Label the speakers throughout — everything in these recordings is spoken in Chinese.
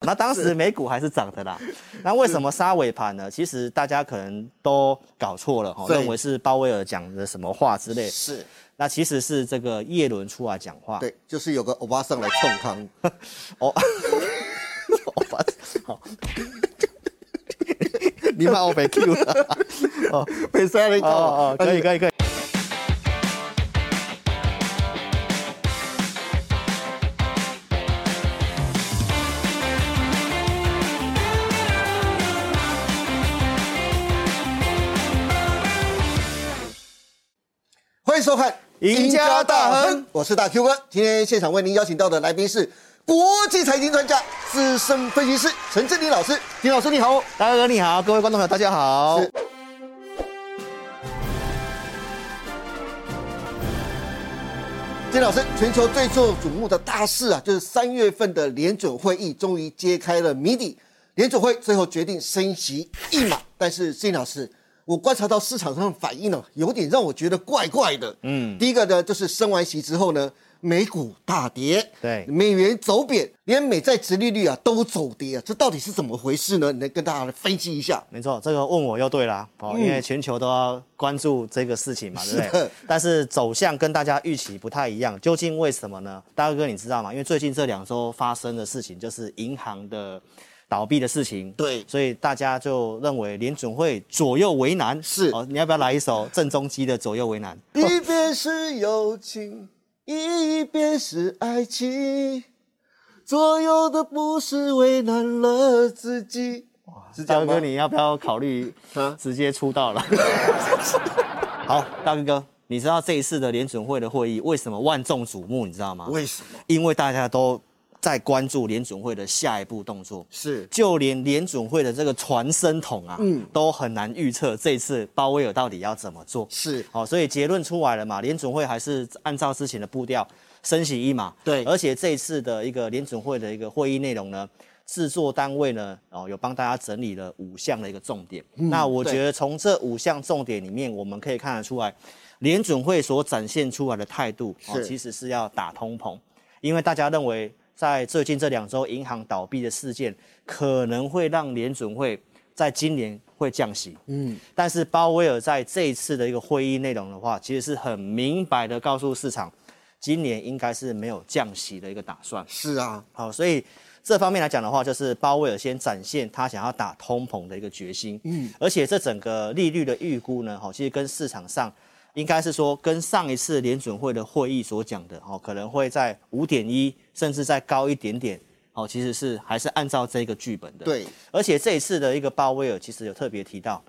Speaker 1: 那当时美股还是涨的啦。那为什么杀尾盘呢？其实大家可能都搞错了哈，
Speaker 2: 对
Speaker 1: 认为是鲍威尔讲的什么话之类的。
Speaker 2: 是
Speaker 1: 那其实是这个耶伦出来讲话。
Speaker 2: 对，就是有个欧巴桑来冲康，
Speaker 1: 哦，我把好，
Speaker 2: 你把我被 Q 了，哦，被塞了一口，
Speaker 1: 哦哦，可以可以可以。
Speaker 2: 欢迎收看《
Speaker 1: 赢家大亨》，
Speaker 2: 我是大 Q 哥。今天现场为您邀请到的来宾是国际财经专家、资深分析师陈志林老 师。林老师你好哦，
Speaker 1: 大哥你好，各位观众朋友大家好
Speaker 2: 是。金老师，全球最受瞩目的大事啊，就是三月份的联准会议终于揭开了谜底。联准会最后决定升息一码，但是金老师，我观察到市场上的反应呢、有点让我觉得怪怪的。嗯，第一个呢，就是升完息之后呢，美股大跌，
Speaker 1: 对
Speaker 2: 美元走贬，连美债殖利率啊都走跌啊，这到底是怎么回事呢？你能跟大家分析一下？
Speaker 1: 没错，这个问我又对啦，哦，因为全球都要关注这个事情嘛，对不
Speaker 2: 嗯是
Speaker 1: 对
Speaker 2: 的？
Speaker 1: 但是走向跟大家预期不太一样，究竟为什么呢？大哥，你知道吗？因为最近这两周发生的事情就是银行的倒闭的事情，
Speaker 2: 对
Speaker 1: 所以大家就认为联准会左右为难。
Speaker 2: 是
Speaker 1: 哦，你要不要来一首郑中基的《左右为难》？
Speaker 2: 一边是友情，一边是爱情，左右的不是为难了自己。 是这
Speaker 1: 大
Speaker 2: 样
Speaker 1: 哥，
Speaker 2: 吗？
Speaker 1: 你要不要考虑
Speaker 2: 啊
Speaker 1: 直接出道了？ 好，大哥哥，你知道这一次的联准会的会议为什么万众瞩目？你知道吗？
Speaker 2: 为什么？
Speaker 1: 因为大家都在关注联准会的下一步动作，
Speaker 2: 是
Speaker 1: 就连联准会的这个传声筒啊，
Speaker 2: 嗯
Speaker 1: 都很难预测这次鲍威尔到底要怎么做。
Speaker 2: 是
Speaker 1: 好、哦所以结论出来了嘛，联准会还是按照之前的步调升息一码。
Speaker 2: 对
Speaker 1: 而且这一次的一个联准会的一个会议内容呢，制作单位呢，哦，有帮大家整理了五项的一个重点。那我觉得从这五项重点里面，我们可以看得出来，联准会所展现出来的态度，哦，
Speaker 2: 是
Speaker 1: 其实是要打通膨，因为大家认为在最近这两周银行倒闭的事件，可能会让联准会在今年会降息。嗯，但是鲍威尔在这一次的一个会议内容的话，其实是很明白的告诉市场，今年应该是没有降息的一个打算。
Speaker 2: 是啊，
Speaker 1: 好，所以这方面来讲的话，就是鲍威尔先展现他想要打通膨的一个决心。嗯，而且这整个利率的预估呢，哈，其实跟市场上应该是说跟上一次联准会的会议所讲的，哦，可能会在五点一，甚至再高一点点。哦，其实是还是按照这个剧本的。
Speaker 2: 对，
Speaker 1: 而且这一次的一个鲍威尔其实有特别提到，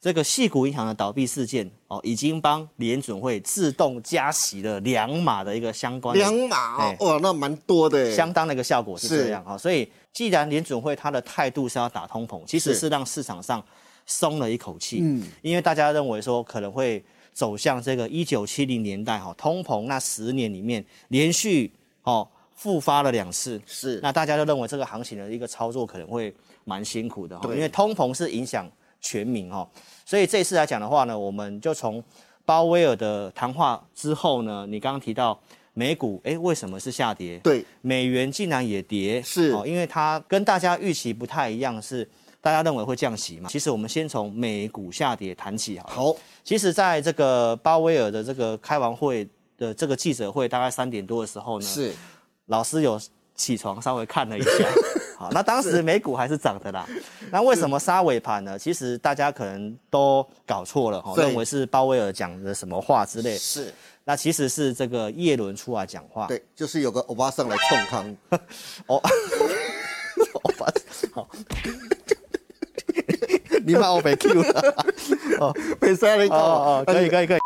Speaker 1: 这个系股银行的倒闭事件哦，已经帮联准会自动加息了两码的一个相关的
Speaker 2: 两码哦
Speaker 1: 哎，
Speaker 2: 哇，那蛮多的欸耶。
Speaker 1: 相当的一个效果是
Speaker 2: 是
Speaker 1: 这样啊。所以既然联准会它的态度是要打通膨，其实
Speaker 2: 是嗯
Speaker 1: 是让市场上松了一口气，因为大家认为说可能会走向这个一九七零年代哈哦通膨那十年里面连续哦复发了两次，
Speaker 2: 是
Speaker 1: 那大家都认为这个行情的一个操作可能会蛮辛苦的哈，哦
Speaker 2: 对
Speaker 1: 因为通膨是影响全民哈，所以这次来讲的话呢，我们就从鲍威尔的谈话之后呢，你刚刚提到美股，哎，为什么是下跌？
Speaker 2: 对，
Speaker 1: 美元竟然也跌，
Speaker 2: 是
Speaker 1: 哦，因为它跟大家预期不太一样，是大家认为会降息嘛。其实我们先从美股下跌谈起好了。
Speaker 2: 好，
Speaker 1: 其实，在这个鲍威尔的这个开完会的这个记者会，大概三点多的时候呢，
Speaker 2: 是
Speaker 1: 老师有起床稍微看了一 下。好，那当时美股还是涨的啦。那为什么杀尾盘呢？其实大家可能都搞错了哈，哦
Speaker 2: 对
Speaker 1: 认为是鲍威尔讲的什么话之类的。
Speaker 2: 是，
Speaker 1: 那其实是这个耶伦出来讲话。
Speaker 2: 对，就是有个欧巴桑来冲康，
Speaker 1: 哦，我把好，
Speaker 2: 你把我被 Q 了，哦，被塞了一口，
Speaker 1: 哦哦，可以可以可以。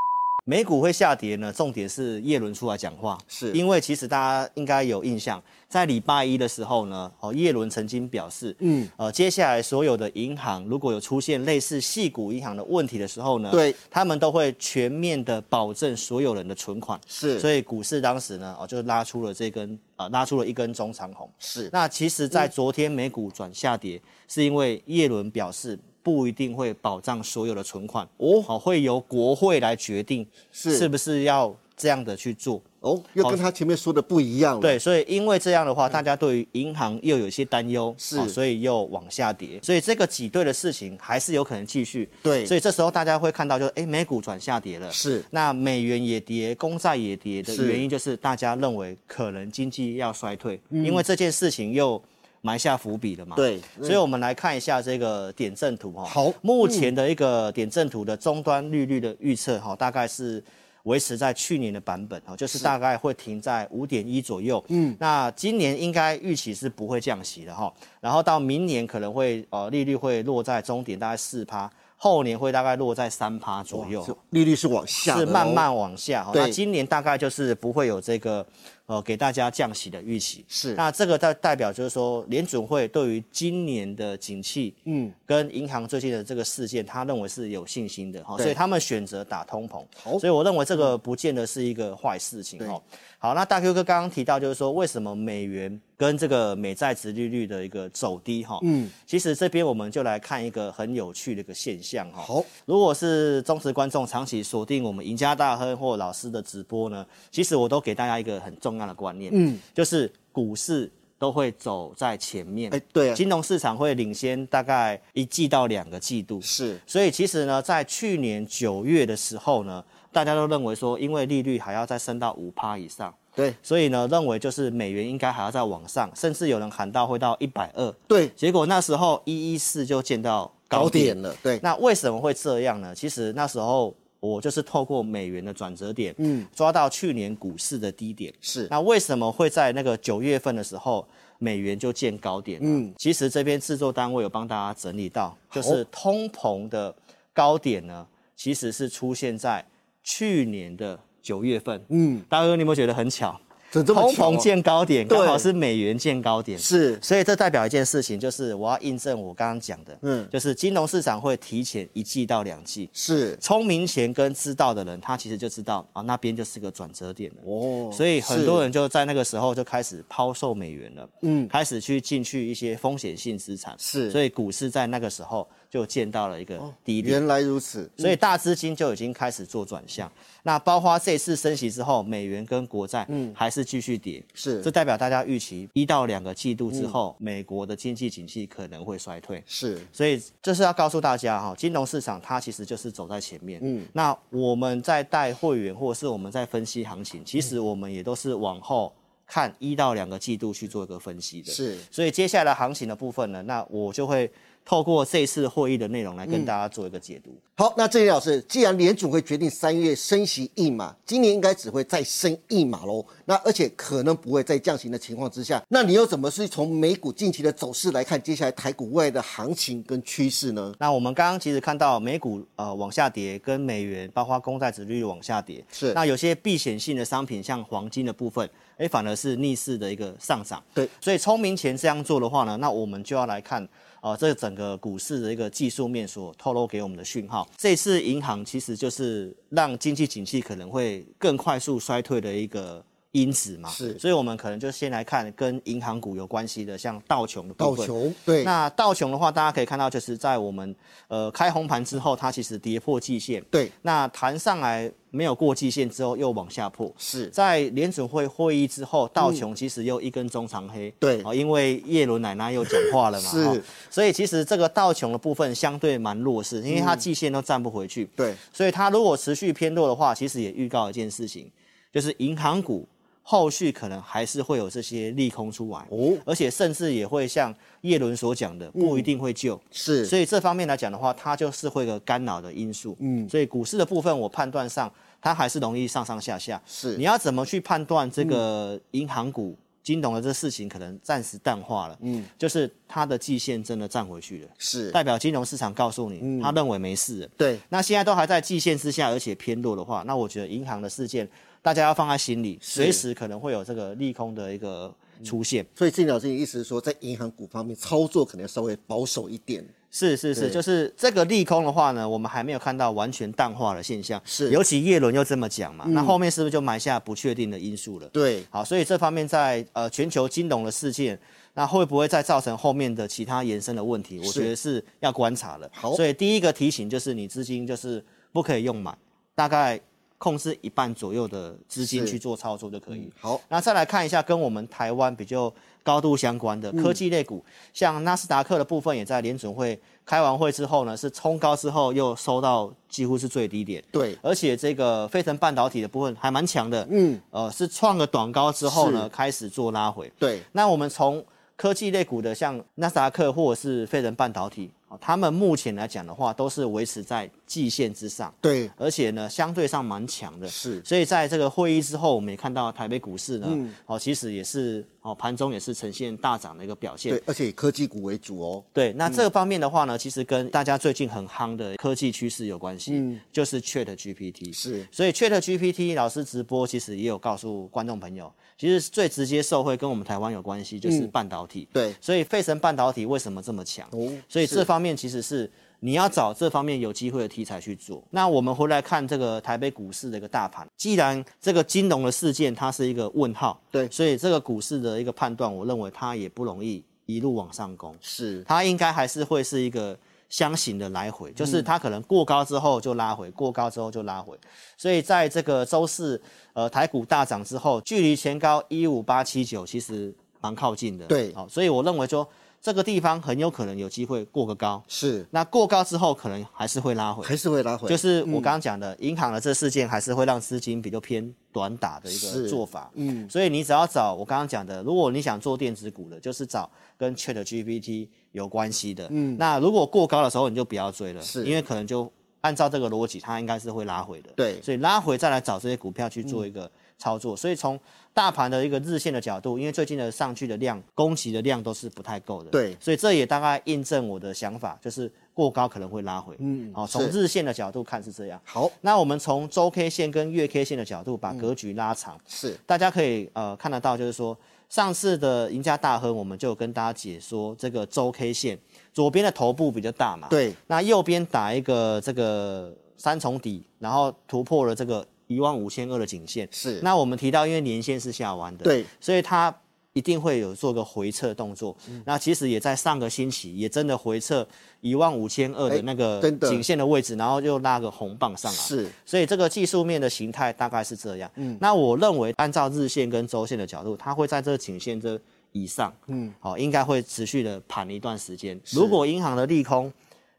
Speaker 1: 美股会下跌呢，重点是耶伦出来讲话，
Speaker 2: 是
Speaker 1: 因为其实大家应该有印象，在礼拜一的时候呢，哦，耶伦曾经表示，嗯，呃，接下来所有的银行如果有出现类似系股银行的问题的时候呢，
Speaker 2: 对，
Speaker 1: 他们都会全面的保证所有人的存款，
Speaker 2: 是
Speaker 1: 所以股市当时呢，哦，就拉出了这根，啊，拉出了一根中长红，
Speaker 2: 是
Speaker 1: 那其实，
Speaker 2: 嗯
Speaker 1: 在昨天美股转下跌，是因为耶伦表示不一定会保障所有的存款哦，好，会由国会来决定
Speaker 2: 是
Speaker 1: 是不是要这样的去做。
Speaker 2: 哦，又跟他前面说的不一样了。
Speaker 1: 对，所以因为这样的话，大家对于银行又有一些担忧，
Speaker 2: 嗯是
Speaker 1: 所以又往下跌。所以这个挤兑的事情还是有可能继续。
Speaker 2: 对
Speaker 1: 所以这时候大家会看到，就是哎，美股转下跌了，
Speaker 2: 是
Speaker 1: 那美元也跌，公债也跌的
Speaker 2: 是
Speaker 1: 原因就是大家认为可能经济要衰退，因为这件事情又埋下伏笔了嘛。
Speaker 2: 嗯对
Speaker 1: 啊
Speaker 2: 嗯
Speaker 1: 所以我们来看一下这个点阵图哈、哦。
Speaker 2: 好嗯
Speaker 1: 目前的一个点阵图的终端利率的预测哈、大概是维持在去年的版本哈、就是大概会停在五点一左右。嗯，那今年应该预期是不会降息的哈、然后到明年可能会呃利率会落在终点大概四趴，后年会大概落在三趴左右。
Speaker 2: 是利率是往下的
Speaker 1: 是
Speaker 2: 哦，
Speaker 1: 慢慢往下哈。
Speaker 2: 对
Speaker 1: 那今年大概就是不会有这个呃给大家降息的预期。
Speaker 2: 是
Speaker 1: 那这个代代表就是说，联准会对于今年的景气，嗯，跟银行最近的这个事件，他认为是有信心的哈，哦
Speaker 2: 对
Speaker 1: 所以他们选择打通膨。
Speaker 2: 好
Speaker 1: 所以我认为这个不见得是一个坏事情
Speaker 2: 对
Speaker 1: 哈。好，那大 Q 哥刚刚提到就是说，为什么美元跟这个美债值利率的一个走低哈？嗯，其实这边我们就来看一个很有趣的一个现象哦哈。
Speaker 2: 好，
Speaker 1: 如果是忠实观众长期锁定我们赢家大亨或老师的直播呢，其实我都给大家一个很重要的观念，嗯，就是股市都会走在前面，
Speaker 2: 哎对啊
Speaker 1: 金融市场会领先大概一季到两个季度，
Speaker 2: 是
Speaker 1: 所以其实呢，在去年九月的时候呢，大家都认为说，因为利率还要再升到五趴以上，
Speaker 2: 对
Speaker 1: 所以呢，认为就是美元应该还要再往上，甚至有人喊到会到一百二，
Speaker 2: 对
Speaker 1: 结果那时候一一四就见到
Speaker 2: 高
Speaker 1: 高点
Speaker 2: 点了，对
Speaker 1: 那为什么会这样呢？其实那时候我就是透过美元的转折点，嗯，抓到去年股市的低点。
Speaker 2: 是
Speaker 1: 那为什么会在那个九月份的时候，美元就见高点？嗯，其实这边制作单位有帮大家整理到，就是通膨的高点呢，其实是出现在去年的九月份。嗯，大哥，你有没有觉得很巧？
Speaker 2: 怎这么
Speaker 1: 通
Speaker 2: 巧
Speaker 1: 膨
Speaker 2: 哦
Speaker 1: 见高点，刚好
Speaker 2: 对
Speaker 1: 是美元见高点。
Speaker 2: 是
Speaker 1: 所以这代表一件事情，就是我要印证我刚刚讲的，
Speaker 2: 嗯
Speaker 1: 嗯，就是金融市场会提前一季到两季。
Speaker 2: 是
Speaker 1: 聪明钱跟知道的人，他其实就知道啊，那边就是个转折点了。
Speaker 2: 哦
Speaker 1: 所以很多
Speaker 2: 人
Speaker 1: 人就在那个时候就开始抛售美元了，嗯，开始去进去一些风险性资产，
Speaker 2: 是哦
Speaker 1: 所以股市在那个时候就见到了一个低点。
Speaker 2: 原来如此，
Speaker 1: 所以大资金就已经开始做转向。那包括这次升息之后，美元跟国债
Speaker 2: 嗯
Speaker 1: 还是继续跌，
Speaker 2: 是
Speaker 1: 这代表大家预期一到两个季度之后，美国的经济景气可能会衰退。
Speaker 2: 是
Speaker 1: 所以这是要告诉大家哈，金融市场它其实就是走在前面。嗯，那我们在带会员或者是我们在分析行情，其实我们也都是往后看一到两个季度去做一个分析的。
Speaker 2: 是
Speaker 1: 所以接下来行情的部分呢，那我就会透过这次会议的内容来跟大家做一个解读。
Speaker 2: 好，那郑林老师，既然联储会决定三月升息一码，今年应该只会再升一码喽。那而且可能不会再降息的情况之下，那你又怎么是从美股近期的走势来看接下来台股外的行情跟趋势呢？
Speaker 1: 那我们刚刚其实看到美股呃往下跌，跟美元包括公债值利率往下跌，
Speaker 2: 是
Speaker 1: 那有些避险性的商品，像黄金的部分，哎反而是逆势的一个上涨。
Speaker 2: 对，
Speaker 1: 所以聪明钱这样做的话呢，那我们就要来看呃这整个股市的一个技术面所透露给我们的讯号。这次银行其实就是让经济景气可能会更快速衰退的一个。因子嘛，
Speaker 2: 是
Speaker 1: 所以我们可能就先来看跟银行股有关系的，像道琼的部
Speaker 2: 道
Speaker 1: 分。
Speaker 2: 琼对，
Speaker 1: 那道琼的话，大家可以看到，就是在我们呃开红盘之后，它其实跌破季线。
Speaker 2: 对
Speaker 1: 那弹上来没有过季线之后，又往下破。
Speaker 2: 是
Speaker 1: 在联准会会议之后，道琼其实又一根中长黑。
Speaker 2: 嗯对
Speaker 1: 哦，因为耶伦奶奶又讲话了嘛。
Speaker 2: 是
Speaker 1: 哦所以其实这个道琼的部分相对蛮弱势，因为
Speaker 2: 嗯
Speaker 1: 它季线都站不回去。
Speaker 2: 对
Speaker 1: 所以它如果持续偏弱的话，其实也预告一件事情，就是银行股后续可能还是会有这些利空出来
Speaker 2: 哦
Speaker 1: 哦，嗯而且甚至也会像叶伦所讲的，不一定会救。
Speaker 2: 是
Speaker 1: 所以这方面来讲的话，它就是会有个干扰的因素。嗯，所以股市的部分，我判断上它还是容易上上下下。
Speaker 2: 是
Speaker 1: 你要怎么去判断这个银行股、金融的这事情可能暂时淡化了？嗯，就是它的季线真的站回去了，
Speaker 2: 是
Speaker 1: 代表金融市场告诉你，他认为没事了。
Speaker 2: 对
Speaker 1: 那现在都还在季线之下，而且偏弱的话，那我觉得银行的事件大家要放在心里，随时可能会有这个利空的一个出现。
Speaker 2: 所以郑林老师的意思是说，在银行股方面操作可能要稍微保守一点。
Speaker 1: 是是是，
Speaker 2: 对
Speaker 1: 就是这个利空的话呢，我们还没有看到完全淡化的现象。
Speaker 2: 是
Speaker 1: 尤其叶伦又这么讲嘛，那后面是不是就埋下不确定的因素了？
Speaker 2: 对，
Speaker 1: 好，所以这方面在呃全球金融的事件，那会不会再造成后面的其他延伸的问题？我
Speaker 2: 是
Speaker 1: 觉得是要观察了。
Speaker 2: 好
Speaker 1: 所以第一个提醒就是你资金就是不可以用满，大概控制一半左右的资金
Speaker 2: 是
Speaker 1: 去做操作就可以。
Speaker 2: 好，
Speaker 1: 那再来看一下跟我们台湾比较高度相关
Speaker 2: 嗯
Speaker 1: 的科技类股，像纳斯达克的部分也在联准会开完会之后呢，是冲高之后又收到几乎是最低点。
Speaker 2: 对，
Speaker 1: 而且这个飞腾半导体的部分还蛮强的，
Speaker 2: 嗯，
Speaker 1: 呃，是创个短高之后呢
Speaker 2: 是，
Speaker 1: 开始做拉回。
Speaker 2: 对，
Speaker 1: 那我们从科技类股的像纳斯达克或者是飞人半导体，啊，他们目前来讲的话，都是维持在季线之上，
Speaker 2: 对，
Speaker 1: 而且呢相对上蛮强的。
Speaker 2: 是
Speaker 1: 所以在这个会议之后，我们也看到台北股市呢，
Speaker 2: 嗯
Speaker 1: 哦，其实也是哦盘中也是呈现大涨的一个表现
Speaker 2: 对。，而且以科技股为主哦。
Speaker 1: 对，那这个方面的话呢，其实跟大家最近很夯的科技趋势有关系，就是 Chat GPT。
Speaker 2: 嗯是
Speaker 1: 所以 Chat GPT 老师直播其实也有告诉观众朋友，其实最直接受惠跟我们台湾有关系就是半导体。
Speaker 2: 对
Speaker 1: 所以费城半导体为什么这么强？
Speaker 2: 嗯哦
Speaker 1: 所以
Speaker 2: 是
Speaker 1: 这方面其实是你要找这方面有机会的题材去做。那我们回来看这个台北股市的一个大盘，既然这个金融的事件它是一个问号，
Speaker 2: 对
Speaker 1: 所以这个股市的一个判断，我认为它也不容易一路往上攻。
Speaker 2: 是，
Speaker 1: 它应该还是会是一个箱型的来回，就是它可能过高之后就拉回，过高之后就拉回。所以在这个周四，呃，台股大涨之后，距离前高一五八七九其实蛮靠近的。
Speaker 2: 对
Speaker 1: 好、所以我认为说这个地方很有可能有机会过个高，
Speaker 2: 是，
Speaker 1: 那过高之后可能还是会拉回。
Speaker 2: 还是会拉回。
Speaker 1: 就是我刚刚讲的，银行的这事件还是会让资金比较偏短打的一
Speaker 2: 是
Speaker 1: 个做法。嗯，所以你只要找我刚刚讲的，如果你想做电子股的，就是找跟 Chat GPT 有关系的。嗯，那如果过高的时候你就不要追了，
Speaker 2: 是
Speaker 1: 因为可能就按照这个逻辑，它应该是会拉回的。
Speaker 2: 对
Speaker 1: 所以拉回再来找这些股票去做一
Speaker 2: 嗯
Speaker 1: 个操作。所以从大盘的一个日线的角度，因为最近的上去的量、供给的量都是不太够的。
Speaker 2: 对
Speaker 1: 所以这也大概印证我的想法，就是过高可能会拉回。嗯，好、从
Speaker 2: 是
Speaker 1: 日线的角度看是这样。
Speaker 2: 好，
Speaker 1: 那我们从周 K 线跟月 K 线的角度把格局拉长，
Speaker 2: 是，
Speaker 1: 大家可以呃看得到，就是说上次的赢家大亨，我们就有跟大家解说这个周 K 线左边的头部比较大嘛，，
Speaker 2: 对，
Speaker 1: 那右边打一个这个三重底，然后突破了这个一万五千二的颈线，
Speaker 2: 是，
Speaker 1: 那我们提到，因为年线是下弯的，
Speaker 2: 对，
Speaker 1: 所以它一定会有做个回撤动作。
Speaker 2: 嗯
Speaker 1: 那其实也在上个星期也真的回撤一万五千二
Speaker 2: 哎
Speaker 1: 的那个
Speaker 2: 真的
Speaker 1: 颈线的位置，然后又拉个红棒上来。
Speaker 2: 是，
Speaker 1: 所以这个技术面的形态大概是这样。嗯，那我认为按照日线跟周线的角度，它会在这个颈线这以上，嗯，好、应该会持续的盘一段时间。如果银行的利空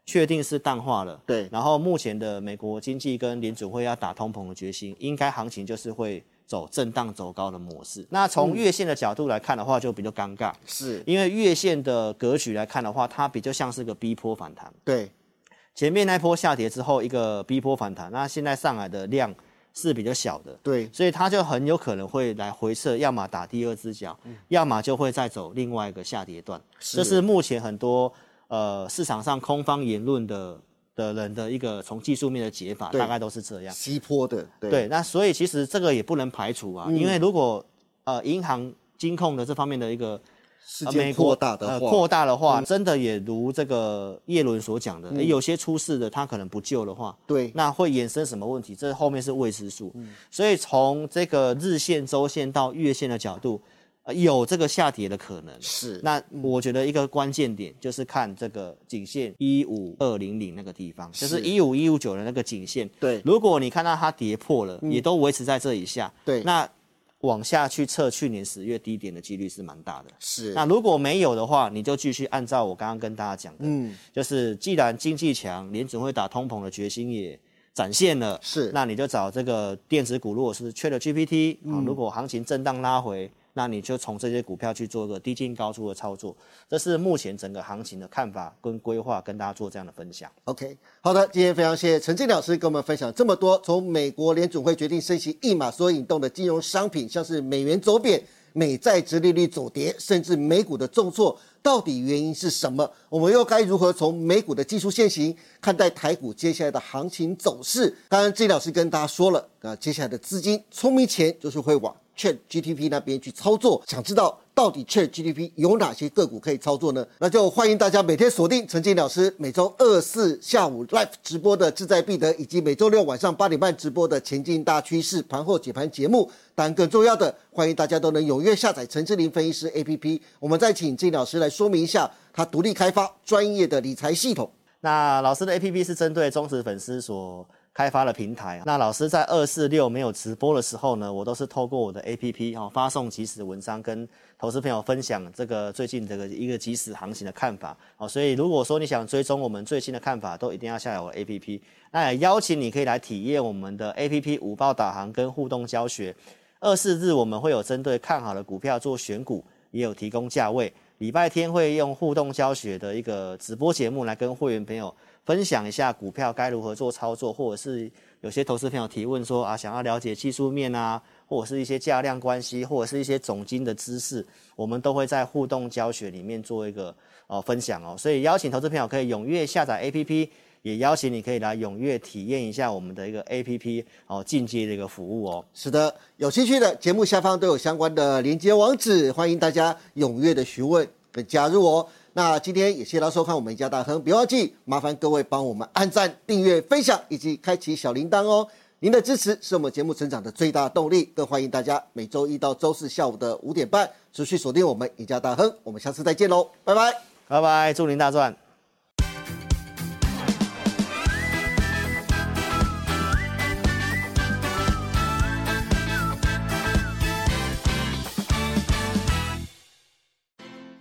Speaker 1: 确定是淡化了，
Speaker 2: 对
Speaker 1: 然后目前的美国经济跟联准会要打通膨的决心，应该行情就是会走震荡走高的模式。那从月线的角度来看的话，就比较尴尬，
Speaker 2: 是，
Speaker 1: 因为月线的格局来看的话，它比较像是个逼坡反弹。
Speaker 2: 对，
Speaker 1: 前面那一波下跌之后，一个逼坡反弹，那现在上来的量是比较小的，
Speaker 2: 对，
Speaker 1: 所以它就很有可能会来回撤，要么打第二只脚，要么就会再走另外一个下跌段。
Speaker 2: 嗯是
Speaker 1: 这是目前很多呃市场上空方言论的的人的一个从技术面的解法，
Speaker 2: 对
Speaker 1: 大概都是这样。
Speaker 2: 西坡的，对，
Speaker 1: 对，那所以其实这个也不能排除
Speaker 2: 嗯
Speaker 1: 啊，因为如果呃银行金控的这方面的一个
Speaker 2: 世
Speaker 1: 呃
Speaker 2: 界
Speaker 1: 美
Speaker 2: 扩
Speaker 1: 国
Speaker 2: 大的
Speaker 1: 呃
Speaker 2: 话，嗯
Speaker 1: 扩大的话，真的也如这个叶伦所讲的，诶有些出事的他可能不救的话，
Speaker 2: 对，
Speaker 1: 那会衍生什么问题？这后面是未知数。
Speaker 2: 嗯
Speaker 1: 所以从这个日线、周线到月线的角度，呃有这个下跌的可能。
Speaker 2: 是，
Speaker 1: 那我觉得一个关键点就是看这个颈线一五二零零那个地方，就是
Speaker 2: 是
Speaker 1: 一五一五九的那个颈线。
Speaker 2: 对，嗯
Speaker 1: 如果你看到它跌破了，也都维持在这以下，
Speaker 2: 对
Speaker 1: 那往下去测去年十月低点的几率是蛮大的。
Speaker 2: 是，
Speaker 1: 那如果没有的话，你就继续按照我刚刚跟大家讲的，
Speaker 2: 嗯，
Speaker 1: 就是既然经济强，联准会打通膨的决心也展现了，
Speaker 2: 是
Speaker 1: 那你就找这个电子股，如果是缺了 GPT，啊、
Speaker 2: 嗯
Speaker 1: 如果行情震荡拉回，那你就从这些股票去做个低进高出的操作，这是目前整个行情的看法跟规划，跟大家做这样的分享。
Speaker 2: OK，好的，今天非常谢谢陈静老师跟我们分享这么多，从美国联准会决定升息一码所引动的金融商品，像是美元走贬、美债值利率走跌，甚至美股的重挫，到底原因是什么？我们又该如何从美股的技术现行看待台股接下来的行情走势？当然，静老师跟大家说了，啊，接下来的资金聪明钱就是会往 Chat GTP 那边去操作。想知道到底 Chat GTP 有哪些个股可以操作呢？那就欢迎大家每天锁定陈建老师每周二四下午 live 直播的志在必得，以及每周六晚上八点半直播的前进大趋势盘后解盘节目。当然，更重要的，欢迎大家都能踊跃下载陈志林分析师 APP。我们再请金老师来说明一下他独立开发专业的理财系统。
Speaker 1: 那老师的 APP 是针对忠实粉丝所。开发的平台。啊那老师在二四六没有直播的时候呢，我都是透过我的 APP 哦发送即时文章，跟投资朋友分享这个最近这个一个即时行情的看法哦。所以如果说你想追踪我们最新的看法，都一定要下载我的 APP。那也邀请你可以来体验我们的 APP 五报导航跟互动教学。二四日我们会有针对看好的股票做选股，也有提供价位。礼拜天会用互动教学的一个直播节目来跟会员朋友分享一下股票该如何做操作，或者是有些投资朋友提问说啊，想要了解技术面啊，或者是一些价量关系，或者是一些总金的知识，我们都会在互动教学里面做一个呃分享哦。所以邀请投资朋友可以踊跃下载 APP，也邀请你可以来踊跃体验一下我们的一个 APP 哦进阶的一个服务哦。
Speaker 2: 是的，有兴趣的节目下方都有相关的连接网址，欢迎大家踊跃的询问跟加入哦。那今天也谢谢大家收看我们一家大亨，别忘记麻烦各位帮我们按赞、订阅、分享以及开启小铃铛哦。您的支持是我们节目成长的最大动力，更欢迎大家每周一到周四下午的五点半持续锁定我们一家大亨。我们下次再见喽，拜拜。
Speaker 1: 拜拜，祝您大赚！